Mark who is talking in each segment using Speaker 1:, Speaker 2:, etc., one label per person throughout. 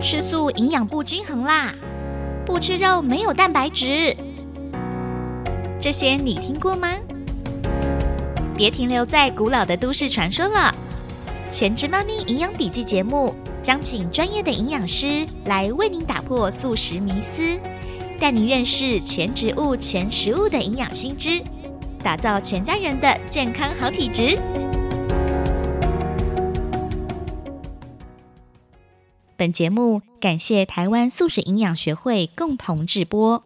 Speaker 1: 吃素营养不均衡啦，不吃肉没有蛋白质，这些你听过吗？别停留在古老的都市传说了，《全职妈咪营养笔记》节目将请专业的营养师来为您打破素食迷思，带您认识全植物、全食物的营养新知，打造全家人的健康好体质。本节目感谢台湾素食营养学会共同制播。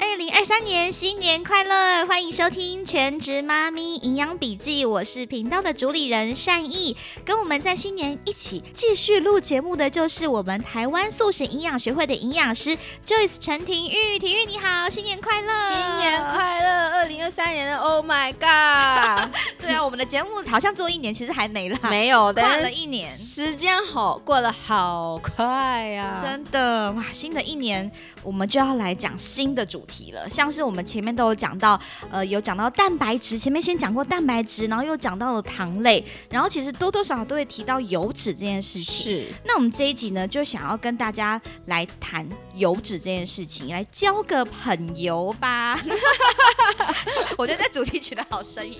Speaker 1: 二零二三年新年快乐！欢迎收听《全职妈咪营养笔记》，我是频道的主理人善意。跟我们在新年一起继续录节目的就是我们台湾素食营养学会的营养师 Joyce 陈廷玉，廷玉你好，新年快乐！
Speaker 2: 新年快乐，二零二三年了，Oh my god！
Speaker 1: 对啊，我们的节目好像做一年，其实还没啦，
Speaker 2: 没
Speaker 1: 跨
Speaker 2: 有，但
Speaker 1: 了
Speaker 2: 是
Speaker 1: 一年，
Speaker 2: 时间好过得好快啊呀、
Speaker 1: 真的哇！新的一年我们就要来讲新的主题了，像是我们前面都有讲到，呃，有讲到蛋白质，前面先讲过蛋白质，然后又讲到了糖类，然后其实多多少少都会提到油脂这件事情。
Speaker 2: 是
Speaker 1: 那我们这一集呢，就想要跟大家来谈油脂这件事情，来交个朋友吧。我觉得这主题取得好生硬，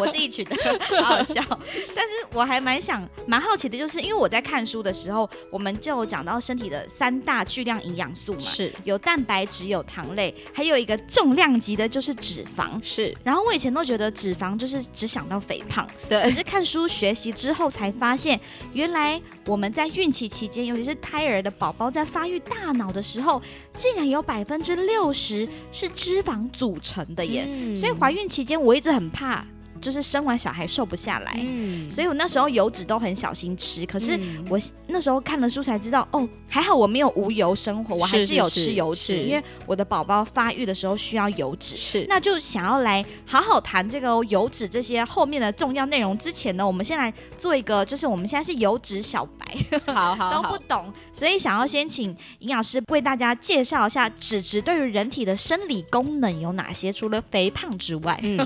Speaker 1: 我自己取得好好笑。但是我还蛮想、蛮好奇的，就是因为我在看书的时候，我们就有讲到身体的三大巨量营养素嘛，
Speaker 2: 是
Speaker 1: 有蛋白质、有糖类，还有一个重量级的就是脂肪。
Speaker 2: 是，
Speaker 1: 然后我以前都觉得脂肪就是只想到肥胖，可
Speaker 2: 对
Speaker 1: 是看书学习之后才发现，原来我们在孕期期间，尤其是胎儿的宝宝在发育大脑的时候，竟然有百分之六十是脂肪组成的耶！
Speaker 2: 嗯
Speaker 1: 所以怀孕期间，我一直很怕，就是生完小孩瘦不下来，
Speaker 2: 嗯
Speaker 1: 所以我那时候油脂都很小心吃。可是
Speaker 2: 嗯
Speaker 1: 我那时候看了书才知道，哦，还好我没有无油生活，我还
Speaker 2: 是
Speaker 1: 是
Speaker 2: 是
Speaker 1: 有
Speaker 2: 是
Speaker 1: 吃油脂，
Speaker 2: 是
Speaker 1: 因为我的宝宝发育的时候需要油脂。
Speaker 2: 是
Speaker 1: 那就想要来好好谈这个哦油脂这些后面的重要内容之前呢，我们先来做一个，就是我们现在是油脂小白
Speaker 2: 好好
Speaker 1: 都不懂，所以想要先请营养师为大家介绍一下脂质对于人体的生理功能有哪些，除了肥胖之外。
Speaker 2: 嗯，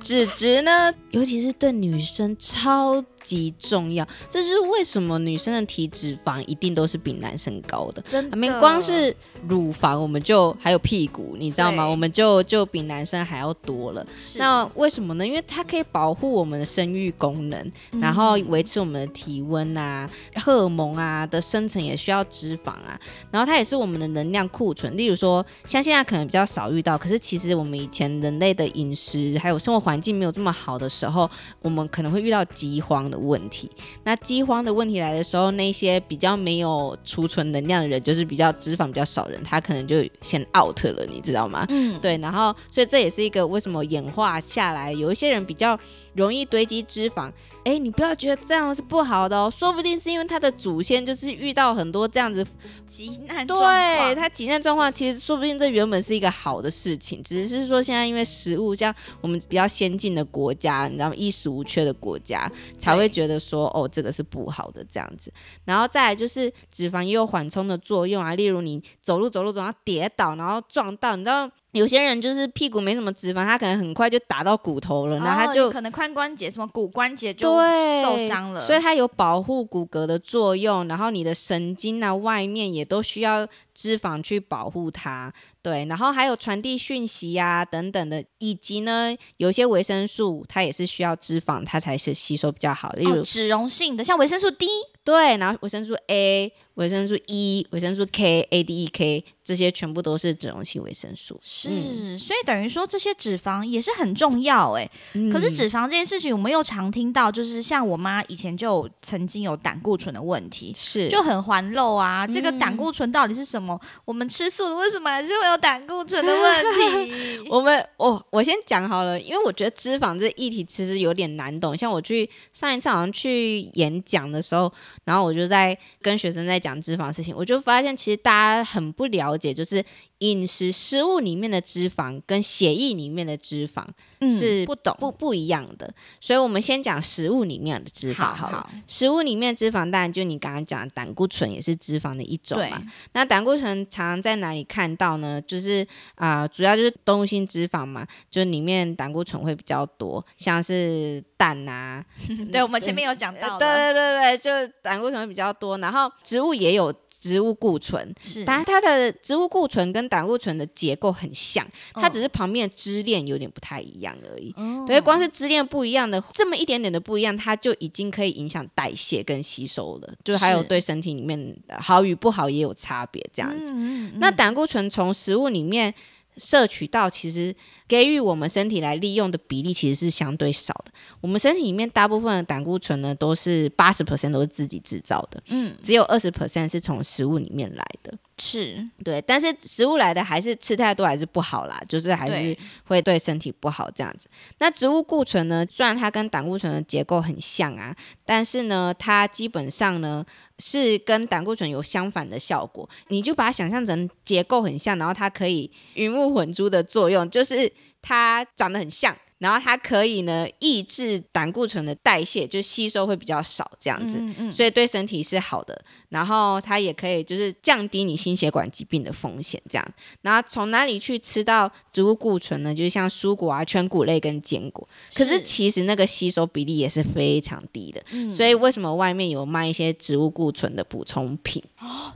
Speaker 2: 脂质呢，尤其是对女生超级重要，这就是为什么女生的体脂肪一定都是比男生高的。
Speaker 1: 真
Speaker 2: 我们光是乳房，我们就还有屁股，你知道吗？
Speaker 1: 对
Speaker 2: 我们就就比男生还要多了。那为什么呢？因为它可以保护我们的生育功能，
Speaker 1: 嗯
Speaker 2: 然后维持我们的体温啊、荷尔蒙啊的生成也需要脂肪啊，然后它也是我们的能量库存。例如说，像现在可能比较少遇到，可是其实我们以前人类的饮食还有生活环境没有这么好的时候，我们可能会遇到饥荒的问题。那饥荒的问题来的时候，那些比较没有储存能量的人，就是比较脂肪比较少的人，他可能就先 out 了，你知道吗？
Speaker 1: 嗯，
Speaker 2: 对，然后所以这也是一个为什么演化下来，有一些人比较容易堆积脂肪。哎，你不要觉得这样是不好的哦，说不定是因为他的祖先就是遇到很多这样子，
Speaker 1: 极难状况
Speaker 2: 对他急难状况，其实说不定这原本是一个好的事情，只是说现在因为食物，像我们比较先进的国家，你知道吗？衣食无缺的国家才会觉得说，哦，这个是不好的这样子。然后再来就是脂肪也有缓冲的作用啊，例如你走路走路走到跌倒，然后撞到，你知道有些人就是屁股没什么脂肪，他可能很快就打到骨头了，然后
Speaker 1: 哦
Speaker 2: 他就、
Speaker 1: 有可能髋关节什么骨关节就
Speaker 2: 对
Speaker 1: 受伤了，
Speaker 2: 所以它有保护骨骼的作用，然后你的神经啊外面也都需要脂肪去保护它，对，然后还有传递讯息呀、等等的，以及呢有一些维生素它也是需要脂肪它才是吸收比较好的，例如、
Speaker 1: 哦脂溶性的，像维生素 D
Speaker 2: 对，然后维生素 A、维生素 E、维生素 K、A、D、E、K 这些全部都是脂溶性维生素，
Speaker 1: 是，
Speaker 2: 嗯
Speaker 1: 所以等于说这些脂肪也是很重要哎、可是
Speaker 2: 嗯
Speaker 1: 脂肪这件事情，我们又常听到，就是像我妈以前就有曾经有胆固醇的问题，
Speaker 2: 是嗯
Speaker 1: 就很环漏啊。这个胆固醇到底是什么？我们吃素了，为什么还是会有胆固醇的问题？
Speaker 2: 我们我我先讲好了，因为我觉得脂肪这议题其实有点难懂。像我去上一次好像去演讲的时候，然后我就在跟学生在讲脂肪的事情，我就发现其实大家很不了解，就是饮食食物里面的脂肪跟血液里面的脂肪
Speaker 1: 嗯
Speaker 2: 是
Speaker 1: 不懂
Speaker 2: 不不一样的。所以我们先讲食物里面的脂肪好
Speaker 1: 好
Speaker 2: 了。食物里面的脂肪当然就你刚刚讲的胆固醇也是脂肪的一种
Speaker 1: 对
Speaker 2: 嘛。那胆固醇常常在哪里看到呢？就是啊、主要就是东西性脂肪嘛，就里面胆固醇会比较多，像是蛋啊，
Speaker 1: 对，我们前面有讲到的，
Speaker 2: 呃对对对对，就是胆固醇会比较多，然后植物也有植物固醇，
Speaker 1: 是，
Speaker 2: 但它的植物固醇跟胆固醇的结构很像，它
Speaker 1: 嗯
Speaker 2: 只是旁边的支链有点不太一样而已。
Speaker 1: 哦
Speaker 2: 对，光是支链不一样的，这么一点点的不一样，它就已经可以影响代谢跟吸收了，就是还有
Speaker 1: 是
Speaker 2: 对身体里面的好与不好也有差别这样子。
Speaker 1: 嗯嗯嗯
Speaker 2: 那胆固醇从食物里面摄取到，其实给予我们身体来利用的比例其实是相对少的。我们身体里面大部分的胆固醇呢，都是八十 percent 都是自己制造的，
Speaker 1: 嗯
Speaker 2: 只有二十 percent 是从食物里面来的。
Speaker 1: 是，
Speaker 2: 对，但是食物来的还是吃太多还是不好啦，就是还是
Speaker 1: 对
Speaker 2: 会对身体不好这样子。那植物固醇呢，虽然它跟胆固醇的结构很像啊，但是呢，它基本上呢是跟胆固醇有相反的效果。你就把它想象成结构很像，然后它可以云雾混珠的作用，就是它长得很像。然后它可以呢抑制胆固醇的代谢，就吸收会比较少这样子。
Speaker 1: 嗯嗯
Speaker 2: 所以对身体是好的。然后它也可以就是降低你心血管疾病的风险，这样。然后从哪里去吃到植物固醇呢？就是像蔬果啊、全谷类跟坚果。可是
Speaker 1: 是
Speaker 2: 其实那个吸收比例也是非常低的，
Speaker 1: 嗯
Speaker 2: 所以为什么外面有卖一些植物固醇的补充品？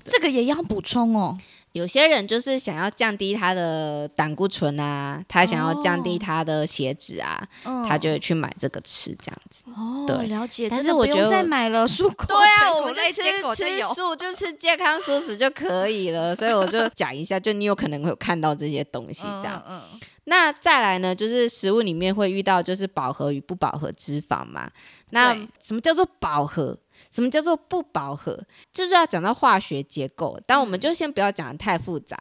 Speaker 1: 这个也要补充哦，
Speaker 2: 有些人就是想要降低他的胆固醇啊，他想要降低
Speaker 1: 哦
Speaker 2: 他的血脂啊，
Speaker 1: 嗯
Speaker 2: 他就会去买这个吃，这样子。
Speaker 1: 哦
Speaker 2: 对
Speaker 1: 了解，
Speaker 2: 但
Speaker 1: 真
Speaker 2: 是
Speaker 1: 的
Speaker 2: 我
Speaker 1: 不
Speaker 2: 觉
Speaker 1: 用
Speaker 2: 得
Speaker 1: 再
Speaker 2: 我
Speaker 1: 买了蔬果，
Speaker 2: 对啊，
Speaker 1: 全
Speaker 2: 我
Speaker 1: 谷
Speaker 2: 们就
Speaker 1: 类
Speaker 2: 吃
Speaker 1: 坚果就
Speaker 2: 吃
Speaker 1: 有，
Speaker 2: 素，就吃健康素食就可以了。所以我就讲一下，就你有可能会有看到这些东西这样。
Speaker 1: 嗯，嗯
Speaker 2: 那再来呢，就是食物里面会遇到就是饱和与不饱和脂肪嘛。那
Speaker 1: 对
Speaker 2: 什么叫做饱和？什么叫做不饱和？就是要讲到化学结构，但我们
Speaker 1: 嗯
Speaker 2: 就先不要讲的太复杂。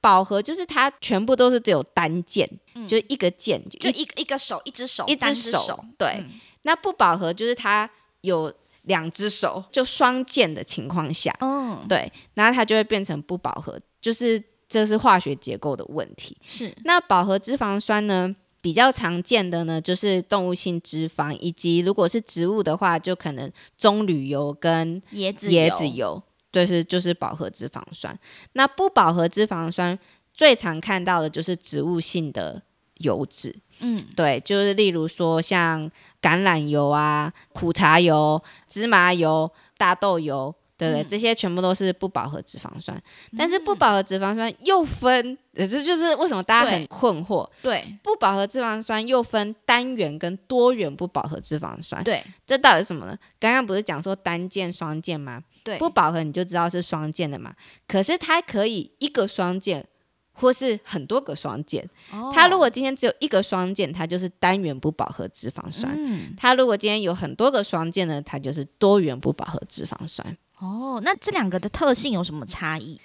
Speaker 2: 饱和就是它全部都是只有单键，
Speaker 1: 嗯
Speaker 2: 就一个键，
Speaker 1: 就
Speaker 2: 一
Speaker 1: 一个一个手，一只手，
Speaker 2: 一
Speaker 1: 单
Speaker 2: 只
Speaker 1: 只
Speaker 2: 手。对，
Speaker 1: 嗯
Speaker 2: 那不饱和就是它有两只手，就双键的情况下，
Speaker 1: 嗯，
Speaker 2: 对，然后它就会变成不饱和，就是这是化学结构的问题。
Speaker 1: 是，
Speaker 2: 那饱和脂肪酸呢，比较常见的呢就是动物性脂肪，以及如果是植物的话，就可能棕榈油跟
Speaker 1: 椰子
Speaker 2: 椰子油，就是就是饱和脂肪酸。那不饱和脂肪酸最常看到的就是植物性的油脂，
Speaker 1: 嗯，
Speaker 2: 对，就是例如说像橄榄油啊、苦茶油、芝麻油、大豆油，对不对？
Speaker 1: 嗯
Speaker 2: 这些全部都是不饱和脂肪酸。但是不饱和脂肪酸又分，呃这就是为什么大家很
Speaker 1: 对
Speaker 2: 困惑。
Speaker 1: 对
Speaker 2: 不饱和脂肪酸又分单元跟多元不饱和脂肪酸，
Speaker 1: 对
Speaker 2: 这到底是什么呢？刚刚不是讲说单键、双键吗？
Speaker 1: 对，
Speaker 2: 不饱和你就知道是双键的嘛。可是它可以一个双键，或是很多个双键。
Speaker 1: 哦
Speaker 2: 它如果今天只有一个双键，它就是单元不饱和脂肪酸；
Speaker 1: 嗯，
Speaker 2: 它如果今天有很多个双键呢，它就是多元不饱和脂肪酸。
Speaker 1: 哦，那这两个的特性有什么差异？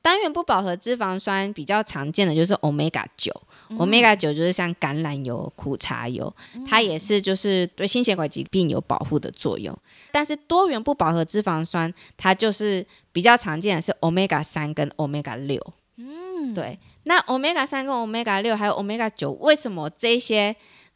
Speaker 2: 单元不饱和脂肪酸比较常见的就是 omega 九、
Speaker 1: 嗯
Speaker 2: omega 九就是像橄榄油、苦茶油，它也是就是对心血管疾病有保护的作用。但是多元不饱和脂肪酸，它就是比较常见的是 omega 三跟 omega 六。
Speaker 1: 嗯，
Speaker 2: 对，那 omega 三跟 omega 六还有 omega 九，为什么这些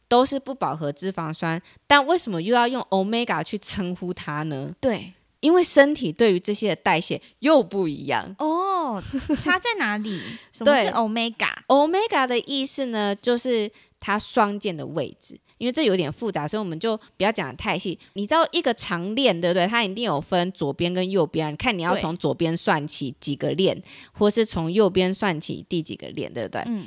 Speaker 2: 都是不饱和脂肪酸，但为什么又要用 omega 去称呼它呢？
Speaker 1: 对，
Speaker 2: 因为身体对于这些的代谢又不一样。
Speaker 1: 哦，差在哪里？什么是
Speaker 2: 对
Speaker 1: omega？
Speaker 2: omega 的意思呢，就是它双键的位置，因为这有点复杂，所以我们就不要讲的太细。你知道一个长链，对不对？它一定有分左边跟右边啊，你看你要
Speaker 1: 对
Speaker 2: 从左边算起几个链，或是从右边算起第几个链，对不对？
Speaker 1: 嗯，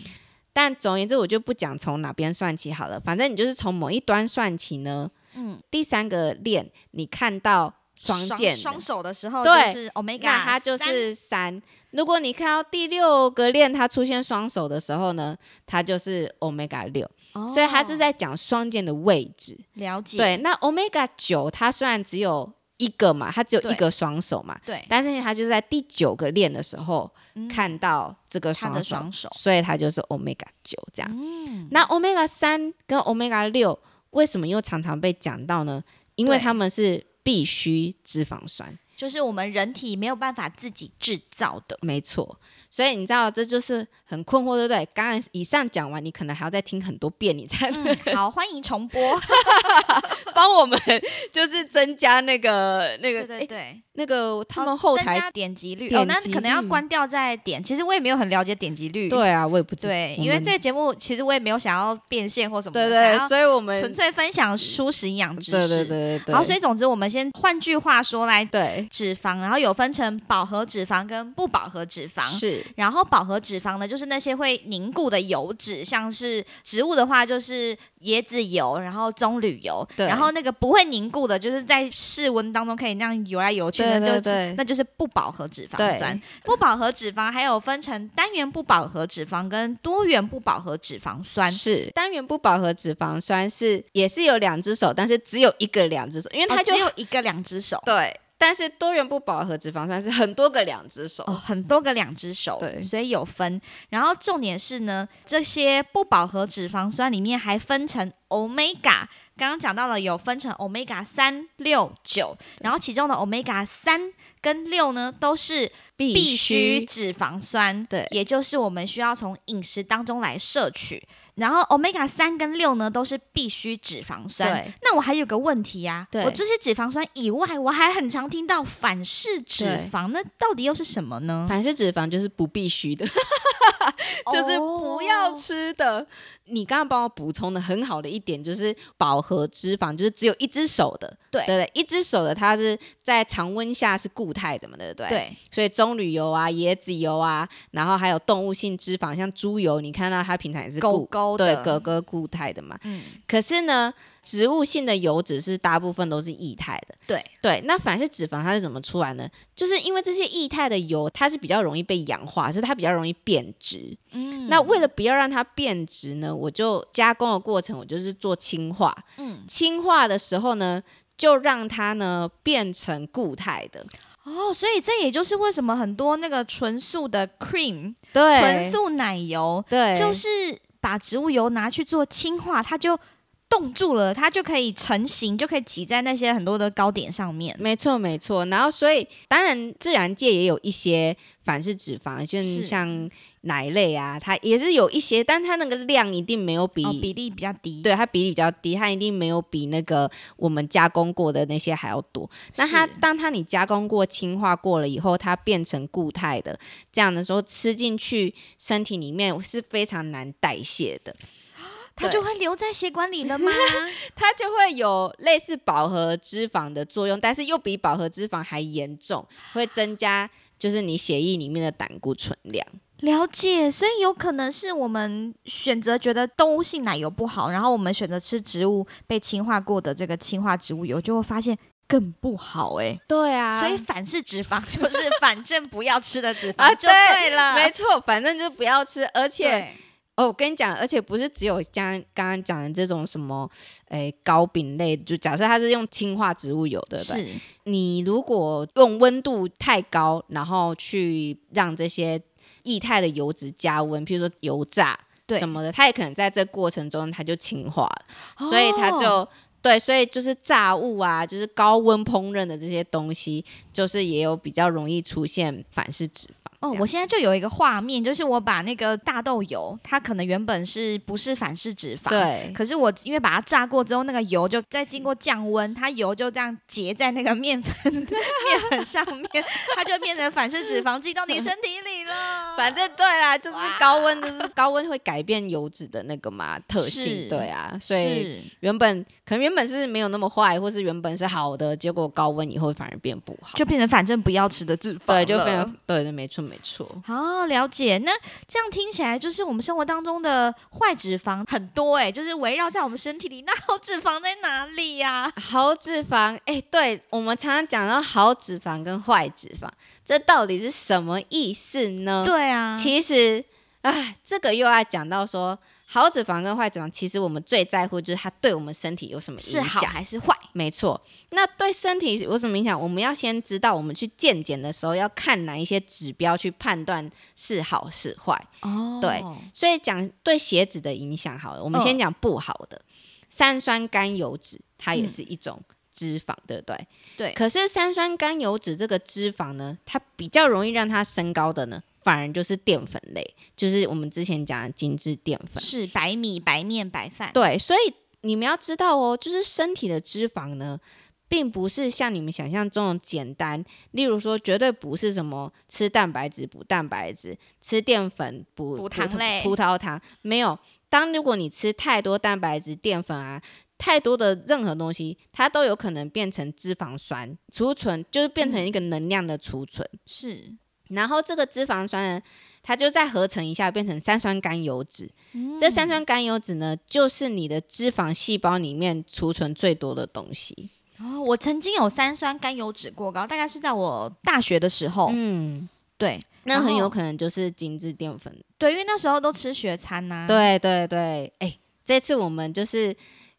Speaker 2: 但总而言之，我就不讲从哪边算起好了，反正你就是从某一端算起呢。
Speaker 1: 嗯，
Speaker 2: 第三个链，你看到双键的，
Speaker 1: 双手的时候
Speaker 2: 对
Speaker 1: 就是 omega，
Speaker 2: 那它就
Speaker 1: 三
Speaker 2: 是三。如果你看到第六个链它出现双手的时候呢，它就是 omega 六、
Speaker 1: 哦
Speaker 2: 所以它是在讲双键的位置。
Speaker 1: 了解，
Speaker 2: 对，那 omega 九它虽然只有一个嘛，它只有
Speaker 1: 对
Speaker 2: 一个双手嘛，
Speaker 1: 对，
Speaker 2: 但是它就是在第九个链的时候、
Speaker 1: 嗯
Speaker 2: 看到这个
Speaker 1: 它
Speaker 2: 双
Speaker 1: 的
Speaker 2: 手，
Speaker 1: 双手，
Speaker 2: 所以它就是 omega 九这样。
Speaker 1: 嗯，
Speaker 2: 那 omega 三跟 omega 六为什么又常常被讲到呢？因为
Speaker 1: 对
Speaker 2: 它们是必需脂肪酸，
Speaker 1: 就是我们人体没有办法自己制造 的。
Speaker 2: 没错，所以你知道这就是很困惑，对不对？刚刚以上讲完，你可能还要再听很多遍，你才能
Speaker 1: 嗯，好，欢迎重播。
Speaker 2: 帮我们 就是增加那个那个
Speaker 1: 对对
Speaker 2: 诶
Speaker 1: 对，
Speaker 2: 那个他们
Speaker 1: 哦
Speaker 2: 后
Speaker 1: 增
Speaker 2: 台、
Speaker 1: 加点击率
Speaker 2: 点
Speaker 1: 哦，那
Speaker 2: 击
Speaker 1: 可能要
Speaker 2: 率
Speaker 1: 关掉再点。其实我也没有很了解点击率，
Speaker 2: 对啊，我也不知道，
Speaker 1: 对，
Speaker 2: 我
Speaker 1: 因为
Speaker 2: 们
Speaker 1: 这个节目其实我也没有想要变现或什么
Speaker 2: 对
Speaker 1: 的，
Speaker 2: 对，
Speaker 1: 想
Speaker 2: 所以我
Speaker 1: 要
Speaker 2: 们嗯
Speaker 1: 纯粹分享舒适营养知识。
Speaker 2: 对对对对对，
Speaker 1: 好，所以总之我们先换句话说来，
Speaker 2: 对
Speaker 1: 脂肪，然后有分成饱和脂肪跟不饱和脂肪。
Speaker 2: 是
Speaker 1: 然后饱和脂肪呢，就是那些会凝固的油脂，像是植物的话就是椰子油，然后棕榈油，
Speaker 2: 对
Speaker 1: 然后那个不会凝固的，就是在室温当中可以那样游来游去，
Speaker 2: 对
Speaker 1: 那就
Speaker 2: 对对
Speaker 1: 是那就是不饱和脂肪
Speaker 2: 对
Speaker 1: 酸。不饱和脂肪还有分成单元不饱和脂肪跟多元不饱和脂肪酸。
Speaker 2: 是单元不饱和脂肪酸是也是有两只手，但是只有一个两哦只手，因为它
Speaker 1: 它
Speaker 2: 就、
Speaker 1: 哦只有一个两只手，
Speaker 2: 对。但是多元不饱和脂肪酸是很多个两只手，
Speaker 1: 哦，很多个两只手，
Speaker 2: 对
Speaker 1: 所以有分。然后重点是呢，这些不饱和脂肪酸里面还分成 omega，刚刚讲到了有分成 omega 三六九，然后其中的 omega 三跟六呢都是必需脂肪酸，
Speaker 2: 对
Speaker 1: 也就是我们需要从饮食当中来摄取。然后 omega 三跟六呢都是必需脂肪酸。
Speaker 2: 对
Speaker 1: 那我还有个问题呀、
Speaker 2: 对
Speaker 1: 我这些脂肪酸以外，我还很常听到反式脂肪，那到底又是什么呢？
Speaker 2: 反式脂肪就是不必须的， 就是不要
Speaker 1: 哦
Speaker 2: 吃的。你刚刚帮我补充的很好的一点就是饱和脂肪，就是只有一只手的，
Speaker 1: 对
Speaker 2: 对对，一只手的它是在常温下是固态的嘛，对不对？。
Speaker 1: 对
Speaker 2: 所以棕榈油啊、椰子油啊，然后还有动物性脂肪，像猪油，你看到它平常也是
Speaker 1: 狗
Speaker 2: 固
Speaker 1: 狗
Speaker 2: 对
Speaker 1: 的
Speaker 2: 狗狗固态的嘛。
Speaker 1: 嗯
Speaker 2: 可是呢，植物性的油脂是大部分都是液态的。
Speaker 1: 对
Speaker 2: 对，那反式脂肪它是怎么出来呢？就是因为这些液态的油，它是比较容易被氧化，所以它比较容易变质。
Speaker 1: 嗯
Speaker 2: 那为了不要让它变质呢，我就加工的过程，我就是做氢化。
Speaker 1: 嗯
Speaker 2: 氢化的时候呢，就让它呢变成固态的。
Speaker 1: 哦，所以这也就是为什么很多那个纯素的 cream
Speaker 2: 对
Speaker 1: 纯素奶油，
Speaker 2: 对，
Speaker 1: 就是把植物油拿去做氢化，它就冻住了，它就可以成型，就可以挤在那些很多的糕点上面。
Speaker 2: 没错，没错。然后，所以当然，自然界也有一些反式脂肪，就是
Speaker 1: 是
Speaker 2: 像奶类啊，它也是有一些，但它那个量一定没有比、
Speaker 1: 哦，比例比较低。
Speaker 2: 对它比例比较低，它一定没有比那个我们加工过的那些还要多。那它
Speaker 1: 是
Speaker 2: 当它你加工过、氢化过了以后，它变成固态的，这样的时候吃进去身体里面是非常难代谢的。
Speaker 1: 它
Speaker 2: 对
Speaker 1: 就会留在血管里了 吗？
Speaker 2: 它就会有类似饱和脂肪的作用，但是又比饱和脂肪还严重，会增加就是你血液里面的胆固醇量。
Speaker 1: 了解，所以有可能是我们选择觉得动物性奶油不好，然后我们选择吃植物被氢化过的这个氢化植物油，就会发现更不好哎、
Speaker 2: 对啊
Speaker 1: 所以反式脂肪 就是反正不要吃的脂肪、
Speaker 2: 啊
Speaker 1: 就
Speaker 2: 对
Speaker 1: 对了，
Speaker 2: 没错，反正就是不要吃，而且
Speaker 1: 对
Speaker 2: 哦，我跟你讲，而且不是只有像刚刚讲的这种什么，诶糕饼类，就假设它是用氢化植物油，对不对？
Speaker 1: 是
Speaker 2: 你如果用温度太高，然后去让这些液态的油脂加温，譬如说油炸
Speaker 1: 对
Speaker 2: 什么的，它也可能在这过程中它就氢化了，所以它
Speaker 1: 哦
Speaker 2: 就。对，所以就是炸物啊，就是高温烹饪的这些东西，就是也有比较容易出现反式脂肪。
Speaker 1: 哦
Speaker 2: 这，样
Speaker 1: 我现在就有一个画面，就是我把那个大豆油，它可能原本是不是反式脂肪？。
Speaker 2: 对
Speaker 1: 可是我因为把它炸过之后，那个油就再经过降温，它油就这样结在那个面粉 面粉上面，它就变成反式脂肪进到你身体里了。
Speaker 2: 反正对啦，就是高温，就是高温会改变油脂的那个 嘛特性，
Speaker 1: 是
Speaker 2: 对啊，所以
Speaker 1: 是
Speaker 2: 原本可能原本是没有那么坏，或是原本是好的，结果高温以后反而变不好，
Speaker 1: 就变成反正不要吃的脂肪
Speaker 2: 对，就
Speaker 1: 了
Speaker 2: 变成对对，没错没错，
Speaker 1: 哦，了解。那这样听起来，就是我们生活当中的坏脂肪很多哎、就是围绕在我们身体里。那好脂肪在哪里呀、
Speaker 2: 好脂肪，哎、对我们常常讲到好脂肪跟坏脂肪，这到底是什么意思呢？
Speaker 1: 对啊，
Speaker 2: 其实，哎，这个又要讲到说。好脂肪跟坏脂肪，其实我们最在乎就是它对我们身体有什么影
Speaker 1: 是
Speaker 2: 响，
Speaker 1: 好还是坏？
Speaker 2: 没错，那对身体有什么影响？我们要先知道，我们去健检的时候要看哪一些指标去判断是好是坏。
Speaker 1: 哦
Speaker 2: 对所以讲对血脂的影响好了，我们
Speaker 1: 嗯
Speaker 2: 先讲不好的，三酸甘油脂它也是一种脂肪，对不对？
Speaker 1: 对，
Speaker 2: 可是三酸甘油脂这个脂肪呢，它比较容易让它升高的呢，反而就是淀粉类，就是我们之前讲的精致淀粉。
Speaker 1: 是白米、白面、白饭。
Speaker 2: 对，所以你们要知道哦，就是身体的脂肪呢，并不是像你们想象中的简单。例如说，绝对不是什么吃蛋白质补蛋白质，吃淀粉补
Speaker 1: 补糖类
Speaker 2: 葡萄糖没有。当如果你吃太多蛋白质、淀粉啊，太多的任何东西，它都有可能变成脂肪酸储存，就是变
Speaker 1: 嗯
Speaker 2: 成一个能量的储存。
Speaker 1: 是，
Speaker 2: 然后这个脂肪酸呢，它就再合成一下，变成三酸甘油脂。
Speaker 1: 嗯
Speaker 2: 这三酸甘油脂呢，就是你的脂肪细胞里面储存最多的东西。
Speaker 1: 哦，我曾经有三酸甘油脂过高，大概是在我大学的时候。
Speaker 2: 嗯，
Speaker 1: 对
Speaker 2: 那
Speaker 1: 然
Speaker 2: 很有
Speaker 1: 后
Speaker 2: 可能就是精致淀粉。
Speaker 1: 对，因为那时候都吃学餐呐、，
Speaker 2: 对对对，哎、这次我们就是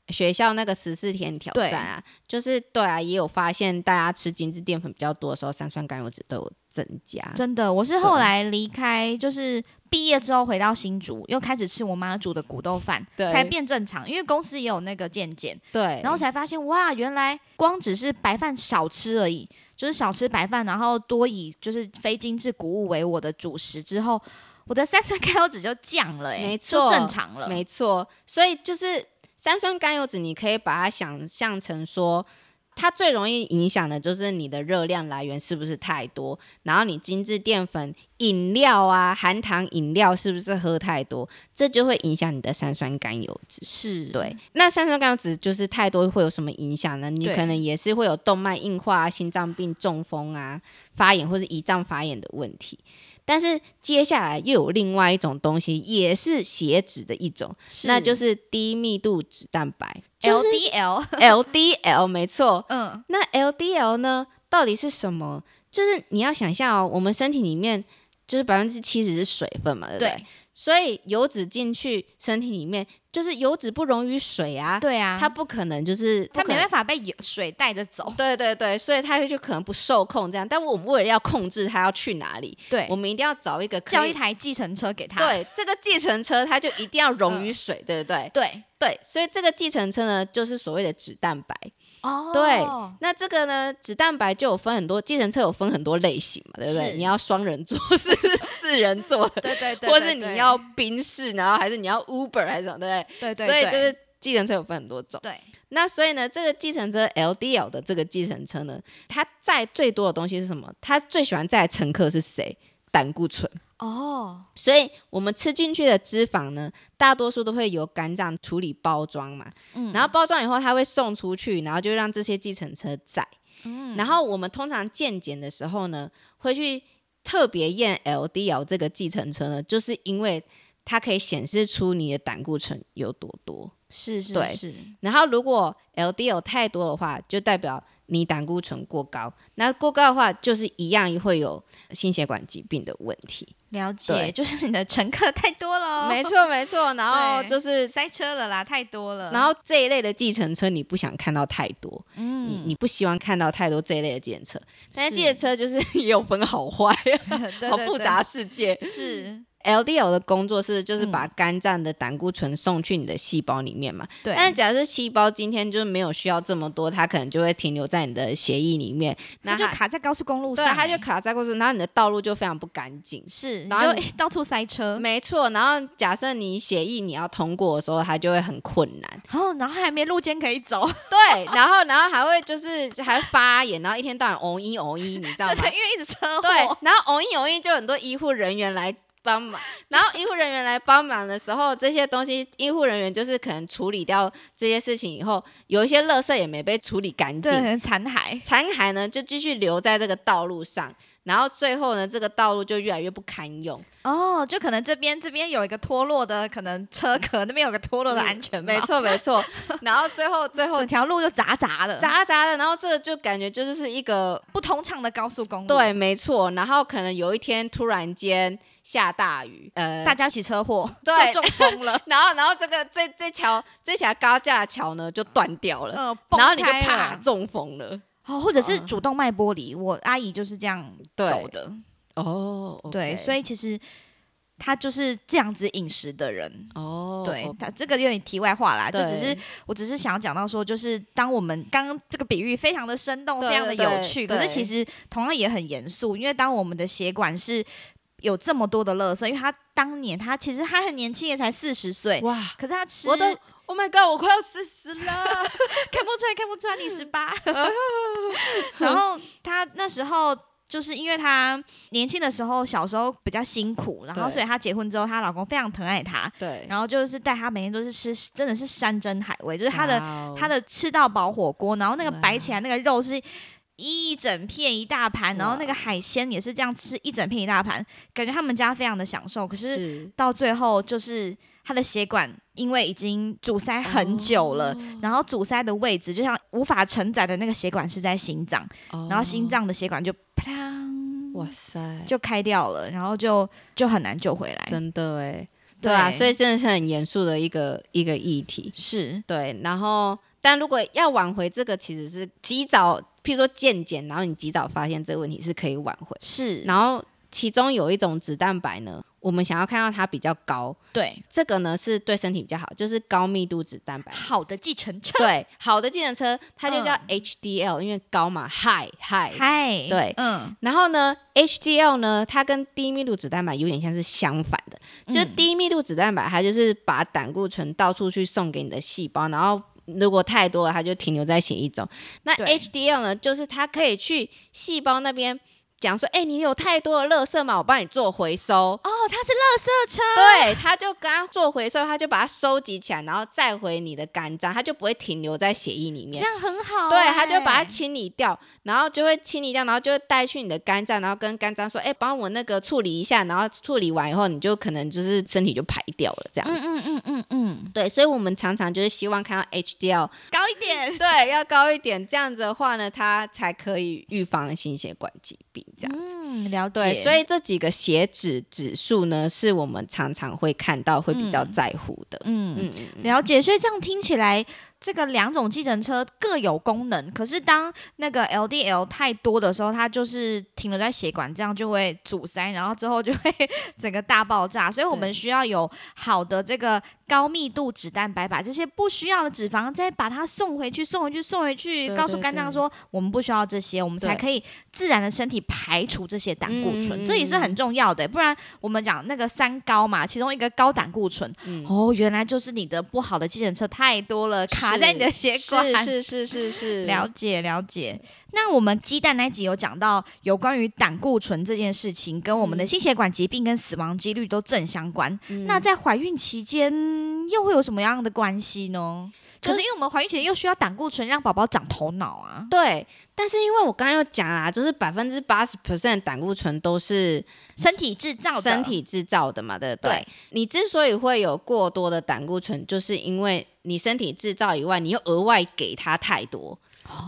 Speaker 2: 学校那个十四天挑
Speaker 1: 对
Speaker 2: 战啊，就是对啊，也有发现大家吃精致淀粉比较多的时候，三酸甘油脂都有增加。
Speaker 1: 真的，我是
Speaker 2: 啊
Speaker 1: 后来离开，就是毕业之后回到新竹，又开始吃我妈煮的骨豆饭，
Speaker 2: 对
Speaker 1: 才变正常。因为公司也有那个健检，
Speaker 2: 对，
Speaker 1: 然后才发现哇，原来光只是白饭少吃而已，就是少吃白饭，然后多以就是非精致谷物为我的主食之后，我的三酸甘油脂就降了、欸，
Speaker 2: 没
Speaker 1: 就
Speaker 2: 错
Speaker 1: 正常了，
Speaker 2: 没错，所以就是三酸甘油脂，你可以把它想象成说，它最容易影响的就是你的热量来源是不是太多，然后你精致淀粉、饮料啊、含糖饮料是不是喝太多，这就会影响你的三酸甘油脂。
Speaker 1: 是
Speaker 2: 对，那三酸甘油脂就是太多会有什么影响呢？
Speaker 1: 嗯
Speaker 2: 你
Speaker 1: 对
Speaker 2: 可能也是会有动脉硬化、啊、心脏病、中风啊、发炎或是胰脏发炎的问题。但是接下来又有另外一种东西，也是血脂的一种，那就是低密度脂蛋白，就是
Speaker 1: LDL，
Speaker 2: LDL，没错。
Speaker 1: 嗯，
Speaker 2: 那 LDL 呢，到底是什么？就是你要想象哦，我们身体里面就是百分之七十是水分嘛，对不对？
Speaker 1: 对
Speaker 2: 所以油脂进去身体里面，就是油脂不溶于水啊，
Speaker 1: 对啊，
Speaker 2: 它不可能就是
Speaker 1: 它没
Speaker 2: 法。
Speaker 1: 办法被油水带着走，
Speaker 2: 对对对，所以它就可能不受控这样。但我们为了要控制它要去哪里，
Speaker 1: 对
Speaker 2: 我，们一定要找一个可
Speaker 1: 叫
Speaker 2: 以
Speaker 1: 一台计程车给他，
Speaker 2: 对这个计程车，它就一定要溶
Speaker 1: 嗯
Speaker 2: 于水，对不对？
Speaker 1: 对，
Speaker 2: 对，所以这个计程车呢，就是所谓的脂蛋白。
Speaker 1: 哦
Speaker 2: 对那这个呢，脂蛋白就有分很多，计程车有分很多类型嘛，对不对？
Speaker 1: 是
Speaker 2: 你要双人座，是四人座的，
Speaker 1: 对对对，
Speaker 2: 或
Speaker 1: 对
Speaker 2: 是
Speaker 1: 对
Speaker 2: 你要宾士，然后还是你要 Uber 还是什么，对不
Speaker 1: 对
Speaker 2: 对？
Speaker 1: 对，
Speaker 2: 所以
Speaker 1: 对
Speaker 2: 就是计程车有分很多种。
Speaker 1: 对
Speaker 2: 那所以呢，这个计程车 LDL 的这个计程车呢，它载最多的东西是什么？它最喜欢载的乘客是谁？胆固醇。
Speaker 1: 哦，
Speaker 2: 所以我们吃进去的脂肪呢，大多数都会由肝脏处理包装嘛，
Speaker 1: 嗯
Speaker 2: 然后包装以后它会送出去，然后就让这些计程车载。
Speaker 1: 嗯
Speaker 2: 然后我们通常健检的时候呢，会去特别验 LDL 这个计程车呢，就是因为它可以显示出你的胆固醇有多多。
Speaker 1: 是是
Speaker 2: 对
Speaker 1: 是，
Speaker 2: 然后如果 LDL 太多的话，就代表你胆固醇过高。那过高的话，就是一样会有心血管疾病的问题。
Speaker 1: 了解，
Speaker 2: 对
Speaker 1: 就是你的乘客太多了，
Speaker 2: 没，错，没错。然后
Speaker 1: 哦对嗯
Speaker 2: 就 是，
Speaker 1: 塞车了啦，太多了，
Speaker 2: 然后这一类的计程车，你不想看到太多，
Speaker 1: 嗯
Speaker 2: 你你不希望看到太多这一类的计程车。但
Speaker 1: 是
Speaker 2: 是计程车就是 也有分好坏， 好复杂，世界。
Speaker 1: 对对对 是
Speaker 2: LDL 的工作是就是
Speaker 1: 嗯
Speaker 2: 把肝脏的胆固醇送去你的细胞里面嘛。
Speaker 1: 对，
Speaker 2: 但是假设细胞今天就是没有需要这么多，它可能就会停留在你的血液里面，那
Speaker 1: 它就
Speaker 2: 它
Speaker 1: 卡在高速公路
Speaker 2: 对，啊
Speaker 1: 上欸，
Speaker 2: 它就卡在过去，然后你的道路就非常不干净。
Speaker 1: 是，
Speaker 2: 然
Speaker 1: 然
Speaker 2: 后
Speaker 1: 后 到处塞车，
Speaker 2: 没错，然后假设你血液你要通过的时候，它就会很困难。
Speaker 1: 然哦后然后还没路肩可以走，
Speaker 2: 对，然后然后还会就是还会发炎，然后一天到晚哦一哦一，你知道吗？
Speaker 1: 对， 因为一直车祸，
Speaker 2: 对，然后哦偶一偶一就很多医护人员来帮忙，然后医护人员来帮忙的时候，这些东西医护人员就是可能处理掉这些事情以后，有一些垃圾也没被处理干
Speaker 1: 对，
Speaker 2: 净，
Speaker 1: 很残骸，
Speaker 2: 残骸呢就继续留在这个道路上，然后最后呢，这个道路就越来越不堪用。
Speaker 1: 哦，就可能这边这边有一个脱落的，可能车壳那边有个脱落的
Speaker 2: 嗯
Speaker 1: 安全帽，
Speaker 2: 没错，没错。然后最后 最后
Speaker 1: 整条路就杂杂的，
Speaker 2: 杂杂的，然后这个就感觉就是一个。
Speaker 1: 不通畅的高速公路，，
Speaker 2: 对，没错。然后可能有一天突然间下大雨，呃，
Speaker 1: 大家一起车祸，
Speaker 2: 对，
Speaker 1: 就中风了
Speaker 2: 然后，然后这个这这桥这条高架桥呢就断掉了，
Speaker 1: 嗯，
Speaker 2: 然后你就
Speaker 1: 崩开
Speaker 2: 啪
Speaker 1: 了
Speaker 2: 中风了。
Speaker 1: 哦，或者是
Speaker 2: 嗯
Speaker 1: 主动脉剥离，我阿姨就是这样
Speaker 2: 对
Speaker 1: 走的，
Speaker 2: 哦
Speaker 1: 对，所
Speaker 2: 以
Speaker 1: 以其实他就是这样子饮食的人。
Speaker 2: 哦，
Speaker 1: 对他这个有点题外话啦，就只是
Speaker 2: 对
Speaker 1: 我只是想要讲到说，就是当我们刚刚这个比喻非常的生动，
Speaker 2: 对
Speaker 1: 非常的有趣，
Speaker 2: 对
Speaker 1: 可
Speaker 2: 对
Speaker 1: 是其实同样也很严肃，因为当我们的血管是有这么多的垃圾，因为他当年他其实他很年轻，也才四十岁，
Speaker 2: 哇，
Speaker 1: 可是他吃
Speaker 2: 我都 Oh my God，我快要死死 了，
Speaker 1: 看不出来，看不出来，你十八。 然后他那时候就是因为他年轻的时候，小时候比较辛苦，然后
Speaker 2: 对
Speaker 1: 所以她结婚之后，她老公非常疼爱她，
Speaker 2: 对，
Speaker 1: 然后就是带她每天都是吃，真的是山珍海味，就是她的
Speaker 2: 的
Speaker 1: 她的吃到饱火锅，然后那个
Speaker 2: 哇
Speaker 1: 摆起来那个肉是。一整片一大盘，然后
Speaker 2: 哇
Speaker 1: 那个海鲜也是这样吃一整片一大盘，感觉他们家非常的享受。可是
Speaker 2: 是
Speaker 1: 到最后，就是他的血管因为已经阻塞很久了，
Speaker 2: 哦
Speaker 1: 然后阻塞的位置，就像无法承载的那个血管是在心脏，然后心脏的血管就啪啦
Speaker 2: 哦哇塞，
Speaker 1: 就开掉了，然后就就很难救回来。
Speaker 2: 真的哎，对啊，所以真的是很严肃的一个一个议题。
Speaker 1: 是
Speaker 2: 对，然后但如果要挽回这个，其实是及早，譬如说健检，然后你及早发现这个问题是可以挽回。
Speaker 1: 是，
Speaker 2: 然后其中有一种脂蛋白呢，我们想要看到它比较高，
Speaker 1: 对，
Speaker 2: 这个呢是对身体比较好，就是高密度脂蛋白。
Speaker 1: 好的继承 者，
Speaker 2: 对，好的计程车它就叫
Speaker 1: 嗯
Speaker 2: HDL，、因为高嘛，high high。
Speaker 1: 嗨，
Speaker 2: 对
Speaker 1: 嗯，
Speaker 2: 然后呢，HDL 呢，它跟低密度脂蛋白有点像是相反的，就是
Speaker 1: 嗯
Speaker 2: 低密度脂蛋白，它就是把胆固醇到处去送给你的细胞，然后如果太多了，它就停留在血液中。那
Speaker 1: 对
Speaker 2: HDL 呢，就是它可以去细胞那边讲说，哎、你有太多的垃圾嘛，我帮你做回收。
Speaker 1: 哦，他是垃圾车，
Speaker 2: 对，它就跟它做回收，它就把它收集起来，然后再回你的肝脏，它就不会停留在血液里
Speaker 1: 这
Speaker 2: 面。
Speaker 1: 样很好欸，
Speaker 2: 对，它就把它清理掉，然后就会清理掉，然后就会带去你的肝脏，然后跟肝脏说，哎、帮我那个处理一下，然后处理完以后，你就可能就是身体就排掉了这样
Speaker 1: 嗯
Speaker 2: 子。
Speaker 1: 嗯嗯嗯嗯，
Speaker 2: 对，所以我们常常就是希望看到 HDL
Speaker 1: 高一点，
Speaker 2: 对要高一点，这样子的话呢，它才可以预防心血管疾病这样。
Speaker 1: 嗯，了解，
Speaker 2: 对，所以这几个血脂指数呢，是我们常常会看到，会比较
Speaker 1: 嗯
Speaker 2: 在乎的。
Speaker 1: 嗯。
Speaker 2: 嗯嗯嗯，
Speaker 1: 了解，所以这样听起来，这个两种计程车各有功能。可是当那个 LDL 太多的时候，它就是停留在血管，这样就会阻塞，然后之后就会 整个大爆炸。所以我们
Speaker 2: 对
Speaker 1: 需要有好的这个高密度脂蛋白，把这些不需要的脂肪再把它送回去，送回去，送回去，
Speaker 2: 对
Speaker 1: 告诉
Speaker 2: 对
Speaker 1: 肝脏
Speaker 2: 对
Speaker 1: 说我们不需要这些，我们才
Speaker 2: 对
Speaker 1: 可以自然的身体排除这些胆固醇，
Speaker 2: 嗯
Speaker 1: 这也是很重要的。不然我们讲那个三高嘛，其中一个高胆固醇，哦，原来就是你的不好的计程车太多了，卡在你的血管。
Speaker 2: 是是是是
Speaker 1: 了解了解。那我们鸡蛋那一集有讲到有关于胆固醇这件事情，跟我们的
Speaker 2: 嗯
Speaker 1: 心血管疾病跟死亡几率都正相关。那在怀孕期间又会有什么样的关系呢？
Speaker 2: 就
Speaker 1: 可
Speaker 2: 是
Speaker 1: 是因为我们怀孕期间又需要胆固醇让宝宝长头脑啊，
Speaker 2: 对，但是因为我刚刚有讲啦，就是百分之八十 percent 胆固醇都是
Speaker 1: 身体制造的
Speaker 2: 身体制造的嘛，对不对？
Speaker 1: 对
Speaker 2: 你之所以会有过多的胆固醇，就是因为你身体制造以外，你又额外给它太多，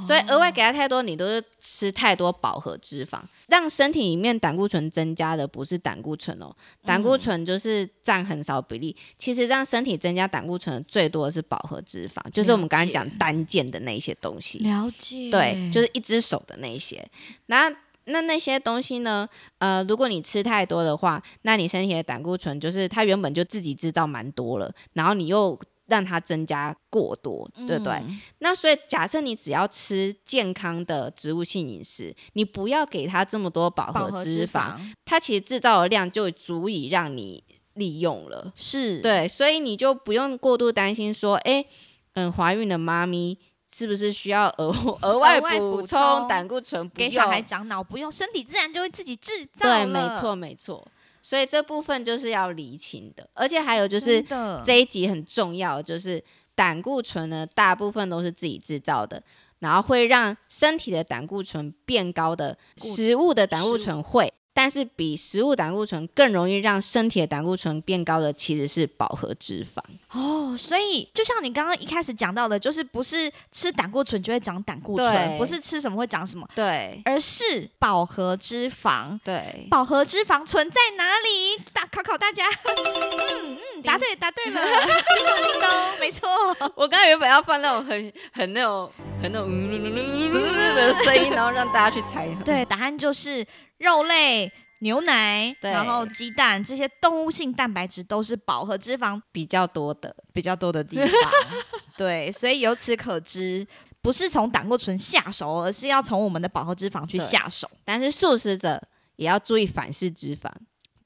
Speaker 2: 所以额外给它太多，你都是吃太多饱和脂肪，让身体里面胆固醇增加的不是胆固醇哦，胆
Speaker 1: 嗯
Speaker 2: 固醇就是占很少比例。其实让身体增加胆固醇的最多的是饱和脂肪，就是我们刚
Speaker 1: 了
Speaker 2: 才
Speaker 1: 解
Speaker 2: 讲单键的那一些东西。
Speaker 1: 了解
Speaker 2: 对，就是一只手的那一些。那那那些东西呢？呃，如果你吃太多的话，那你身体的胆固醇就是它原本就自己制造蛮多了，然后你又让它增加过多，对不对？
Speaker 1: 嗯
Speaker 2: 那所以假设你只要吃健康的植物性饮食，你不要给它这么多饱
Speaker 1: 饱
Speaker 2: 和
Speaker 1: 和
Speaker 2: 脂
Speaker 1: 脂
Speaker 2: 肪，
Speaker 1: 肪
Speaker 2: 它其实制造的量就足以让你利用了。
Speaker 1: 是，
Speaker 2: 对，所以你就不用过度担心说，哎，嗯，怀孕的妈咪是不是需要额额外
Speaker 1: 外补
Speaker 2: 补
Speaker 1: 充
Speaker 2: 充胆固醇？不
Speaker 1: 给小
Speaker 2: 用
Speaker 1: 孩长脑不用，身体自然就会自己制造
Speaker 2: 对，
Speaker 1: 了。
Speaker 2: 没错，没错。所以这部分就是要厘清的，而且还有就是
Speaker 1: 真的
Speaker 2: 这一集很重要，就是胆固醇呢，大部分都是自己制造的。然后会让身体的胆固醇变高的
Speaker 1: 固
Speaker 2: 食物的胆固
Speaker 1: 食物
Speaker 2: 醇会，但是比食物胆固醇更容易让身体的胆固醇变高的其实是饱和脂肪。
Speaker 1: 哦，所以就像你刚刚一开始讲到的，就是不是吃胆固醇就会长胆固醇，
Speaker 2: 对
Speaker 1: 不是吃什么会长什么，
Speaker 2: 对，
Speaker 1: 而是饱和脂肪。
Speaker 2: 对，
Speaker 1: 饱和脂肪存在哪里？大考考大家。嗯嗯，答对答对了，叮咚叮咚， 没错。
Speaker 2: 我刚才原本要放那种很很那种很那种的声音，然后让大家去猜。
Speaker 1: 对，答案就是肉类、牛奶，
Speaker 2: 对
Speaker 1: 然后鸡蛋这些动物性蛋白质都是饱和脂肪
Speaker 2: 比较多的。
Speaker 1: 比较多的地方。对，所以由此可知，不是从胆固醇下手，而是要从我们的饱和脂肪去
Speaker 2: 对
Speaker 1: 下手。
Speaker 2: 但是素食者也要注意反式脂肪，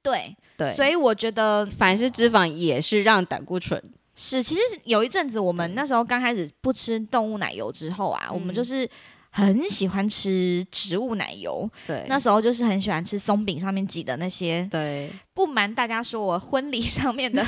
Speaker 1: 对，
Speaker 2: 对，
Speaker 1: 所
Speaker 2: 以
Speaker 1: 以我觉得
Speaker 2: 反式脂肪也是让胆固醇
Speaker 1: 是，其实有一阵子我们那时候刚开始不吃动物奶油之后啊，我们
Speaker 2: 嗯
Speaker 1: 就是。很喜欢吃植物奶油，
Speaker 2: 对
Speaker 1: 那时候就是很喜欢吃松饼上面挤的那些。
Speaker 2: 对
Speaker 1: 不瞒大家说，我婚礼 上面的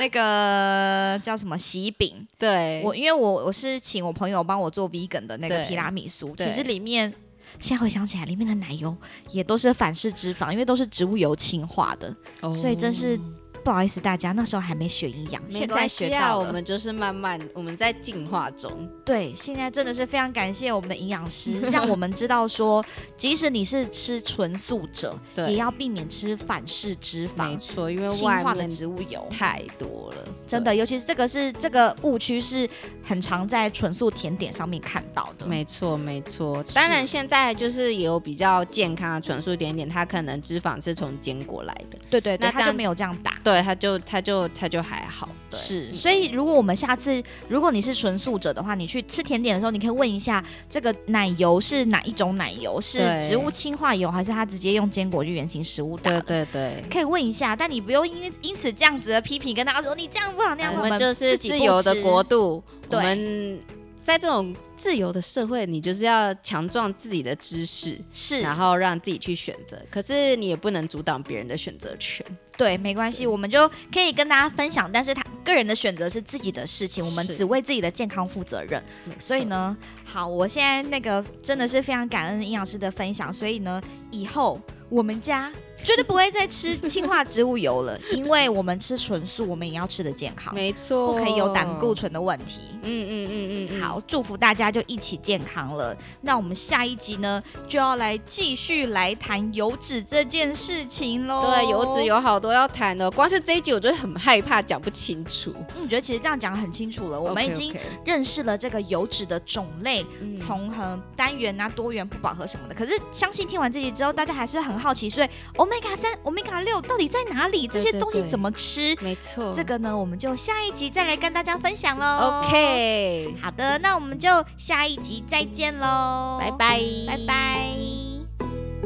Speaker 1: 那个叫什么喜饼，
Speaker 2: 对
Speaker 1: 我因为我我是请我朋友帮我做 vegan 的那个
Speaker 2: 对
Speaker 1: 提拉米苏，
Speaker 2: 对
Speaker 1: 其实里面现在回想起来，里面的奶油也都是反式脂肪，因为都是植物油氢化的。
Speaker 2: 哦
Speaker 1: 所以真是不好意思大家，那时候还没学营养，
Speaker 2: 没
Speaker 1: 现
Speaker 2: 关
Speaker 1: 在
Speaker 2: 系
Speaker 1: 学
Speaker 2: 啊，
Speaker 1: 到
Speaker 2: 我
Speaker 1: 了。
Speaker 2: 们就是慢慢我们在进化中，
Speaker 1: 对，现在真的是非常感谢我们的营养师，让我们知道说，即使你是吃纯素者，
Speaker 2: 对
Speaker 1: 也要避免吃反式脂
Speaker 2: 没
Speaker 1: 肪、
Speaker 2: 错，因为
Speaker 1: 氢
Speaker 2: 外
Speaker 1: 化的
Speaker 2: 面
Speaker 1: 植物油。
Speaker 2: 太多了，
Speaker 1: 真的，尤其是这个是这个误区是很常在纯素甜点上面看到的。
Speaker 2: 对。没错，没错。
Speaker 1: 是
Speaker 2: 当然，现在就是也有比较健康的纯素点点，它可能脂肪是从坚果来的，
Speaker 1: 对对对，
Speaker 2: 那
Speaker 1: 那
Speaker 2: 这
Speaker 1: 他就
Speaker 2: 样
Speaker 1: 没有这样打。
Speaker 2: 对，它就它就它就还好，对，嗯
Speaker 1: 是，所以如果我们下次如果你是纯素者的话，你去吃甜点的时候，你可以问一下这个奶油是哪一种奶油，是
Speaker 2: 对
Speaker 1: 植物氢化油还是它直接用坚果去原型食物打
Speaker 2: 对
Speaker 1: 的？
Speaker 2: 对对。
Speaker 1: 可以问一下，但你不用因为因此这样子的批评跟大家说你这样不好那样不
Speaker 2: 哎我
Speaker 1: 好，
Speaker 2: 们就是
Speaker 1: 己
Speaker 2: 自
Speaker 1: 不
Speaker 2: 由的
Speaker 1: 吃
Speaker 2: 国度，我
Speaker 1: 对
Speaker 2: 们在这种自由的社会，你就是要强壮自己的知识，
Speaker 1: 是
Speaker 2: 然后让自己去选择。可是你也不能阻挡别人的选择权。
Speaker 1: 对，没关系，我们就可以跟大家分享，但是他个人的选择是自己的事情，我们
Speaker 2: 是
Speaker 1: 只为自己的健康负责任。所以
Speaker 2: 没错，
Speaker 1: 呢，好，我现在那个真的是非常感恩营养师的分享，所以呢，以后我们家绝对不会再吃氢化植物油了，因为我们吃纯素，我们也要吃的健康，
Speaker 2: 没错，
Speaker 1: 不可以有胆固。醇的问题。
Speaker 2: 嗯嗯嗯嗯，嗯
Speaker 1: 好，，祝福大家就一起健康了。那我们下一集呢，就要来继续来谈油脂这件事情喽。
Speaker 2: 对，油脂。有好多要谈的，光是这一集我就很害怕讲不清楚。
Speaker 1: 嗯，我觉得其实这样讲很清楚了，我们已经
Speaker 2: OK，OK
Speaker 1: 认识了这个油脂的种类，
Speaker 2: 嗯
Speaker 1: 从很单元啊、多元不饱和什么的。可是相信听完这集之后，大家还是很好奇，所以 omega 三、omega 六到底在哪里？这
Speaker 2: 对
Speaker 1: 些
Speaker 2: 对
Speaker 1: 东西
Speaker 2: 对
Speaker 1: 怎么吃？
Speaker 2: 没错
Speaker 1: 这个呢，我们就下一集再来跟大家分享喽。
Speaker 2: OK，
Speaker 1: 好的，那我们就下一集再见喽，
Speaker 2: 拜，拜，
Speaker 1: 哦拜拜。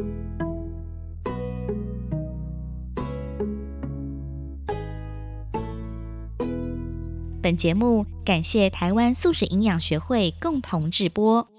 Speaker 1: 本节目感谢台湾素食营养学会共同制播。